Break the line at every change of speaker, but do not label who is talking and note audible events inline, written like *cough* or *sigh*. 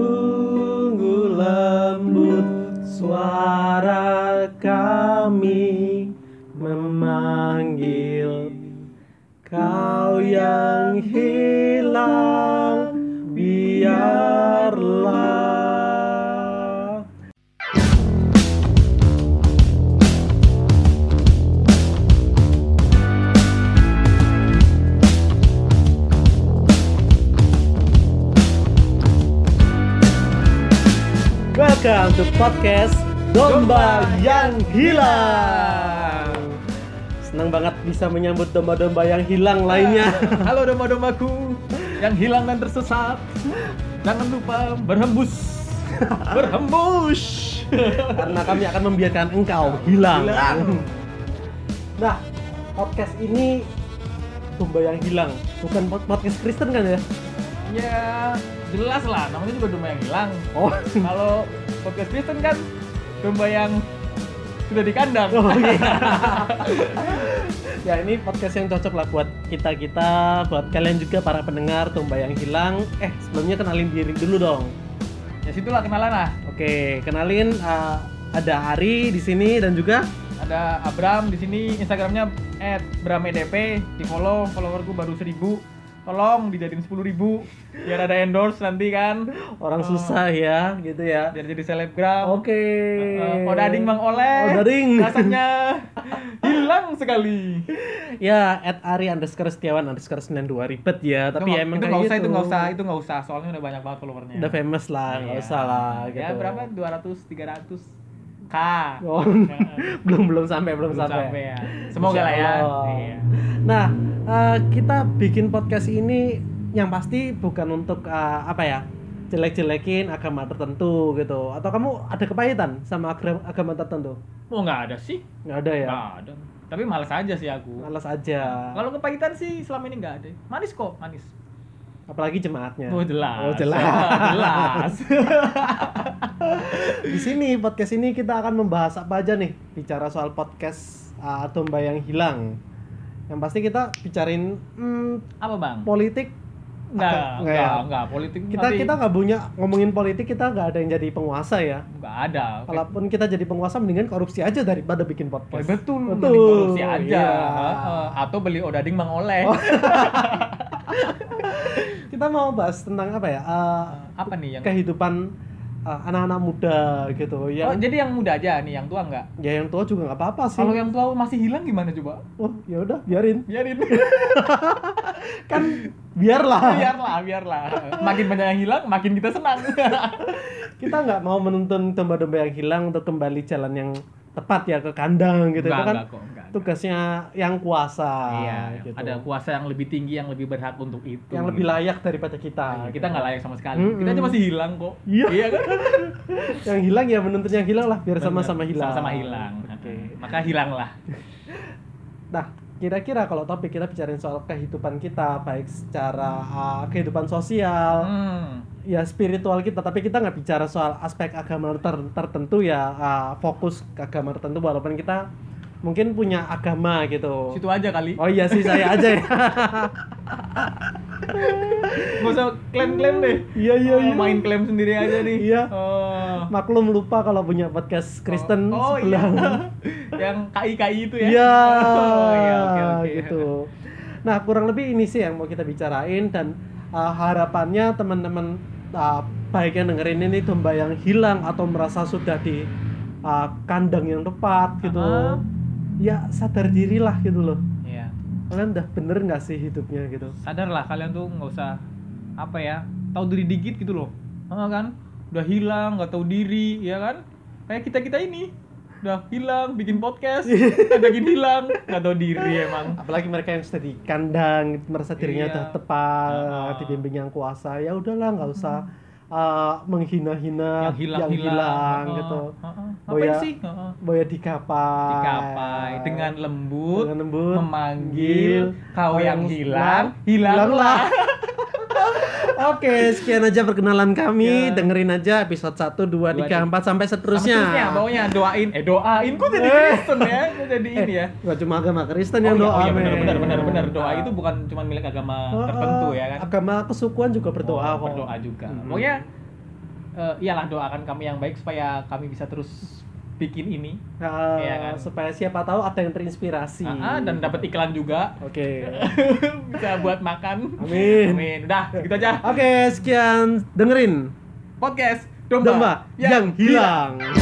Sungguh lembut suara kami memanggil kau yang hilang biarlah Welcome to podcast Domba yang hilang. Senang banget bisa menyambut domba-domba yang hilang lainnya.
*laughs* Halo domba-dombaku yang hilang dan tersesat. Jangan lupa berhembus. Berhembus.
karena kami akan membiarkan engkau hilang.
Hilang.
Nah, podcast ini domba yang hilang, bukan pod- podcast Kristen kan ya?
ya, jelas lah namanya juga domba yang hilang.
Oh,
Kalau podcast Kristen kan domba yang sudah di kandang.
iya. *laughs* ya ini podcast yang cocok lah buat kita kita, buat kalian juga para pendengar domba yang hilang. Eh sebelumnya kenalin diri dulu dong.
Ya situlah kenalan lah.
Oke, kenalin uh, ada Ari di sini dan juga
Ada Abram di sini Instagramnya @bramedp di follow followerku baru 1000 tolong dijadiin 10.000 biar ada endorse nanti kan
orang
Oh.
susah ya, gitu ya.
biar jadi selebgram
Oke.
Uh, Odading Mang Oleh.
Odading.
*laughs* Rasanya hilang sekali.
Ya, at Ari underscore Setiawan underscore 92 ribet ya, tapi
itu,
ya
nggak-
emang
itu
kayak
nggak
gitu.
usah, itu nggak usah, itu nggak usah. Soalnya udah banyak banget followernya.
Udah famous lah, nggak
Iya.
usah lah gitu.
Ya berapa? 200, 300 k. *laughs*
Oh, *laughs* belum belum sampai, belum,
Belum
sampai.
sampai ya. Semoga
Insya
lah ya.
Allah.
Iya.
Nah, eh, kita bikin podcast ini yang pasti bukan untuk eh, apa ya? jelek-jelekin agama tertentu gitu. Atau kamu ada kepahitan sama agama, agama tertentu?
Mau Oh, nggak ada sih?
Nggak ada ya?
Nggak ada. Tapi Iya. males aja sih aku.
Males aja.
Kalau kepahitan sih selama ini nggak ada. Manis kok, manis.
Apalagi jemaatnya.
Oh jelas.
Oh, jelas.
*laughs* jelas.
Di sini podcast ini kita akan membahas apa aja nih? Bicara soal podcast uh, domba yang hilang. Yang pasti kita bicarain hmm,
Apa bang?
politik.
Nggak,
Agak- nggak ya?
nggak, nggak. Politik
Kita
nanti
kita nggak punya ngomongin politik kita nggak ada yang jadi penguasa ya.
nggak ada.
Walaupun kita jadi penguasa mendingan korupsi aja daripada bikin
Oh,
podcast.
betul,
Iya. Betul.
mending korupsi aja.
Iya. Oh.
Heeh. Atau beli odading mang oleh.
Kita mau bahas tentang apa ya? Uh,
Apa nih yang
kehidupan uh, anak-anak muda gitu.
Oh,
Yang
jadi yang muda aja nih, yang tua enggak?
ya yang tua juga nggak apa-apa sih.
Oh, Kalau yang tua masih hilang gimana coba?
Oh, ya udah biarin.
Biarin.
Kan
Oh,
biarlah.
*laughs* biarlah, biarlah. Makin banyak yang hilang, makin kita
*laughs*
senang.
Gitu, kita nggak mau menuntun domba-domba yang hilang untuk kembali jalan yang tepat ya ke kandang gitu itu kan
kok, enggak.
tugasnya yang kuasa
Iya,
gitu.
ada kuasa yang lebih tinggi yang lebih berhak untuk itu.
yang lebih layak daripada kita gitu.
Iya, kita nggak layak sama sekali.
Mm-mm.
Kita aja masih hilang kok.
Iya. *laughs*
kan?
yang hilang ya menuntun yang hilang lah biar sama-sama
Bener,
hilang
Sama-sama hilang.
Oke.
Maka hilanglah.
nah kira-kira kalau topik kita bicarain soal kehidupan kita baik secara uh, kehidupan sosial
Hmm.
ya spiritual kita tapi kita nggak bicara soal aspek agama ter- tertentu ya uh, fokus ke agama tertentu walaupun kita mungkin punya agama gitu
Situ aja kali.
Oh iya sih saya aja ya.
Gak usah klaim-klaim deh.
Iya iya
Oh,
iya.
main klaim sendiri aja nih.
Iya.
Oh.
Maklum lupa kalau punya podcast Kristen
oh,
sebelah.
Iya. *laughs* Yang KI-KI itu ya.
Iya.
Oh, iya, oke oke.
Gitu. Nah kurang lebih ini sih yang mau kita bicarain dan uh, harapannya teman-teman uh, baik yang dengerin ini domba yang hilang atau merasa sudah di uh, kandang yang tepat gitu.
Aha.
Ya sadar dirilah gitu loh.
Iya.
Kalian udah bener nggak sih hidupnya gitu?
Sadarlah kalian tuh nggak usah apa ya? Tahu diri dikit gitu loh. Heeh kan? Udah hilang, nggak tahu diri, ya kan? Kayak kita-kita ini udah hilang bikin podcast,
Iya.
ngajakin hilang, nggak tahu diri emang.
apalagi mereka yang sudah di kandang merasa dirinya
Iya.
sudah tepat
Ah.
dibimbing yang kuasa ya udahlah nggak usah uh, menghina-hina
Yang hilang,
hilang, gitu
Heeh.
Oh,
Ngapain
ya.
sih? Heeh.
boya dikapai
Dikapai dengan lembut,
Dengan lembut.
memanggil
Kau
kau
yang
yang hilang,
hilang,
hilanglah.
oke sekian aja perkenalan kami
Ya.
dengerin aja episode 1, 2, 3, 4 sampai seterusnya
Terusnya baunya doain, eh doain, kok jadi Kristen ya, kok jadi ini ya.
Gak cuma agama Kristen ya, yang
iya,
doa
iya,
men.
benar benar benar benar doa itu bukan cuma milik agama
Ah,
tertentu
ah,
ya kan.
agama kesukuan juga berdoa
Oh,
kok Hmm.
Berdoa juga.
Mm-mm.
Pokoknya eh, iyalah doakan kami yang baik supaya kami bisa terus bikin ini
Ah,
Iya kan?
supaya siapa tahu ada yang terinspirasi.
Ah, ah, dan dapat iklan juga *laughs*
Oke.
bisa buat makan
Amin. Ah.
amin udah segitu aja
Oke, sekian dengerin
podcast
domba yang hilang.